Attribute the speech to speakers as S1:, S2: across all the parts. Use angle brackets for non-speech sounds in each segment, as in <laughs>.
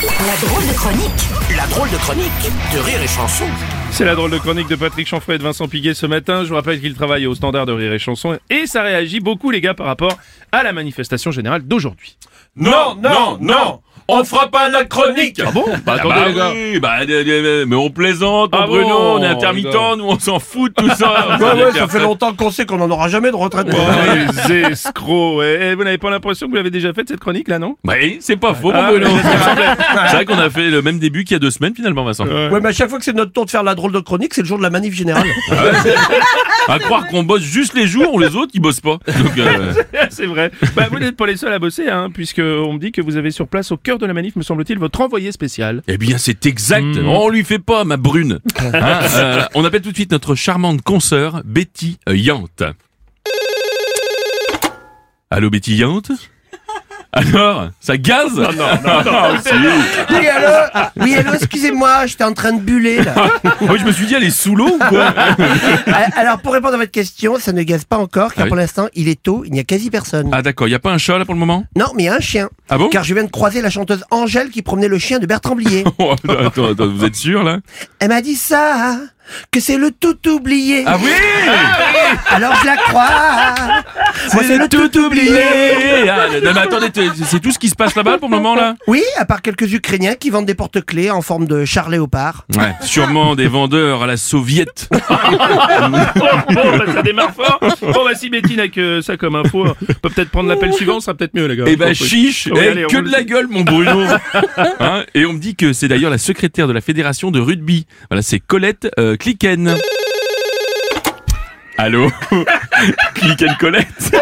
S1: La drôle de chronique. La drôle de chronique de Rire et Chanson.
S2: C'est la drôle de chronique de Patrick Chanfray et de Vincent Piguet ce matin. Je vous rappelle qu'il travaille au standard de Rire et Chanson et ça réagit beaucoup les gars par rapport à la manifestation générale d'aujourd'hui.
S3: Non, non, non On fera pas la chronique
S2: Ah bon Bah attendez
S3: bah
S2: les gars.
S3: oui, bah, de- de- mais on plaisante,
S2: Ah
S3: mon Bruno,
S2: bon,
S3: on est intermittent, nous on s'en fout de tout
S2: <laughs>
S3: ça. Vous allez faire
S4: longtemps qu'on sait qu'on n'en aura jamais de retraite. hein.
S2: Oh, les escrocs. ouais. Eh, vous n'avez pas l'impression que vous l'avez déjà faite cette chronique là non
S3: Bah oui, c'est pas faux, mon
S2: Ah,
S3: Bruno.
S2: oui, c'est <laughs>
S3: C'est vrai qu'on a fait le même début qu'il y a deux semaines finalement, Vincent.
S4: Ouais, mais à chaque fois que c'est notre tour de faire la drôle de chronique, c'est le jour de la manif générale.
S3: À croire qu'on bosse juste les jours, les autres ils bossent pas.
S2: <laughs>
S3: Donc, euh,
S2: C'est vrai. Bah, vous n'êtes pas les seuls à bosser, hein, puisque on me dit que vous avez sur place, au cœur de la manif, me semble-t-il, votre envoyé spécial.
S3: Eh bien, c'est exact. On lui fait pas, ma brune. Hein, euh, on appelle tout de suite notre charmante consoeur, Betty Yante. Allô, Betty Yante Alors, ça gaze
S4: <laughs> oui, allô Oui, allô, excusez-moi, j'étais en train de buller, <laughs> là.
S3: <laughs> Moi, je me suis dit, elle est sous l'eau ou quoi
S4: Euh, Alors, pour répondre à votre question, ça ne gaze pas encore, car
S3: Ah oui.
S4: pour l'instant, il est tôt, il n'y a quasi personne.
S3: Ah d'accord, il y a pas un chat là pour le moment
S4: Non, mais il y a un chien.
S3: Ah bon
S4: Car je viens de croiser la chanteuse Angèle qui promenait le chien de Bertrand <laughs> Blier.
S3: Oh, attends, attends, attends, vous êtes sûr là
S4: Elle m'a dit ça, que c'est le tout oublié.
S3: Ah oui
S4: <laughs> Alors je la crois. Moi, c'est le tout
S3: oublié Ah, Non mais attendez, t- c'est tout ce qui se passe là-bas pour le moment là
S4: Oui, à part quelques Ukrainiens qui vendent des porte-clés en forme de char léopard.
S3: Ouais, sûrement des vendeurs à la soviète.
S2: bon, bah, ça démarre fort. Bon, bah, si Bettine a que ça comme info, hein, on peut peut-être prendre l'appel suivant, ça sera peut-être mieux, les gars.
S3: Eh ben chiche,
S2: Oui,
S3: eh,
S2: allez, on
S3: que
S2: le
S3: de la
S2: dit.
S3: gueule mon Bruno. Hein, et on me dit que c'est d'ailleurs la secrétaire de la fédération de rugby. Voilà, c'est Colette euh, Cliquen. Allô <laughs> Cliquen Colette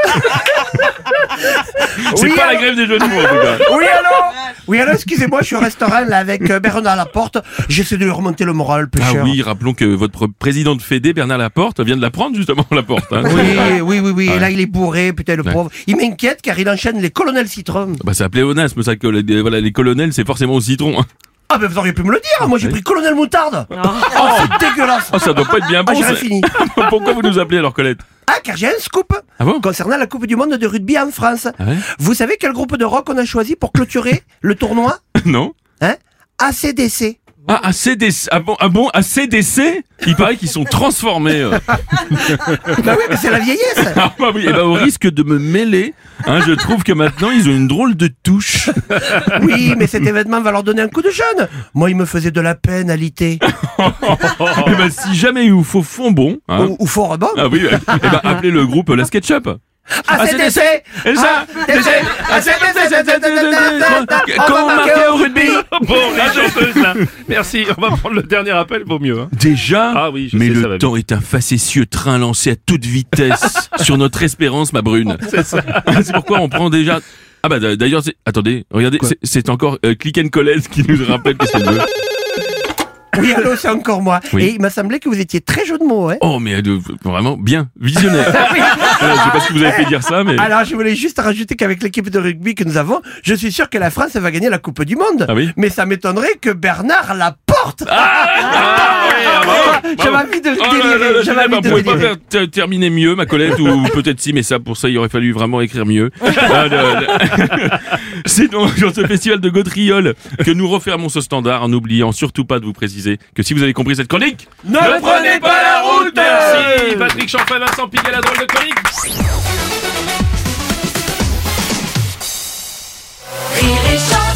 S3: C'est
S4: Oui,
S3: pas la
S4: allô
S3: grève des jeux de mots en tout cas.
S4: Oui, alors Oui, alors, excusez-moi, je suis au restaurant là, avec euh, Bernard Laporte. J'essaie de lui remonter le moral,
S3: Ah
S4: pêcheur.
S3: oui, rappelons que votre président de Fédé, Bernard Laporte, vient de la prendre justement, <laughs> Laporte. Hein.
S4: Oui, oui, oui, oui. Et là, il est bourré, putain, le pauvre. Il m'inquiète car il enchaîne les colonels citron.
S3: Bah c'est un pléonasme ça, que les, voilà, les colonels c'est forcément au citron. hein.
S4: Ah, ben, vous auriez pu me le dire. Moi, j'ai pris colonel moutarde. Oh, c'est dégueulasse.
S3: Oh ça doit pas être bien
S4: Ah,
S3: bon
S4: j'ai
S3: ça.
S4: fini.
S3: <laughs> Pourquoi vous nous appelez alors Colette
S4: Ah, car j'ai un scoop
S3: Ah bon
S4: concernant la Coupe du Monde de rugby en France.
S3: Ah ouais <laughs>
S4: Vous savez quel groupe de rock on a choisi pour clôturer <laughs> le tournoi
S3: Non
S4: Hein ACDC.
S3: Ah, à CDC Ah bon, ah bon à CDC Il paraît qu'ils sont transformés. euh.
S4: bah oui, mais c'est la vieillesse.
S3: Ah bah oui, et bah, au risque de me mêler, hein, je trouve que maintenant ils ont une drôle de touche.
S4: Oui, mais cet événement va leur donner un coup de jeune. Moi, il me faisait de la peine à l'ité.
S3: Et bah si jamais il vous faut fond bon, hein,
S4: Ou, ou fort rebond.
S3: ah oui, et bah, appelez le groupe euh, La SketchUp.
S4: ACDC
S3: Et ça,
S4: ACDC ACDC
S3: Comment marquer au rugby
S2: Bon, la chanteuse, là. Merci, on va prendre le dernier appel, vaut mieux. hein.
S3: Déjà
S2: Ah oui, je
S3: Mais
S2: sais, ça
S3: le
S2: va
S3: temps est un facétieux train lancé à toute vitesse <laughs> sur notre espérance,
S2: <laughs>
S3: ma brune. C'est pourquoi on prend déjà... Ah bah d- d'ailleurs, c'est- attendez, regardez, c'est- c'est encore euh, Click and Collect qui nous rappelle qu'est-ce qu'elle veut.
S4: Oui, allô, c'est encore moi.
S3: Oui.
S4: Et il m'a semblé que vous étiez très jeu de mots, hein.
S3: Oh mais euh, vraiment bien,
S2: <laughs>
S3: visionnaire.
S2: Ah
S3: Voilà, je sais pas ce que vous avez fait dire ça, mais...
S4: Alors, je voulais juste rajouter qu'avec l'équipe de rugby que nous avons, je suis sûr que la France va gagner la Coupe du Monde.
S3: Ah oui
S4: Mais ça m'étonnerait que Bernard la porte. J'avais envie de
S3: Oh là là là là,
S4: délirer. J'avais
S3: là, bah,
S4: envie de
S3: vous pouvez pas
S4: délirer.
S3: faire ter- terminer mieux, ma collègue, ou <laughs> peut-être si, mais ça, pour ça, il aurait fallu vraiment écrire
S4: <laughs>
S3: mieux. Ah, le- le- <laughs> C'est donc sur ce festival de Gaudriol que nous refermons ce standard en n'oubliant surtout pas de vous préciser que si vous avez compris cette chronique, ne prenez pas la route Euh.
S2: Merci, Patrick Chanfray, Vincent Piguet, la drôle de chronique.
S5: Rire et chanson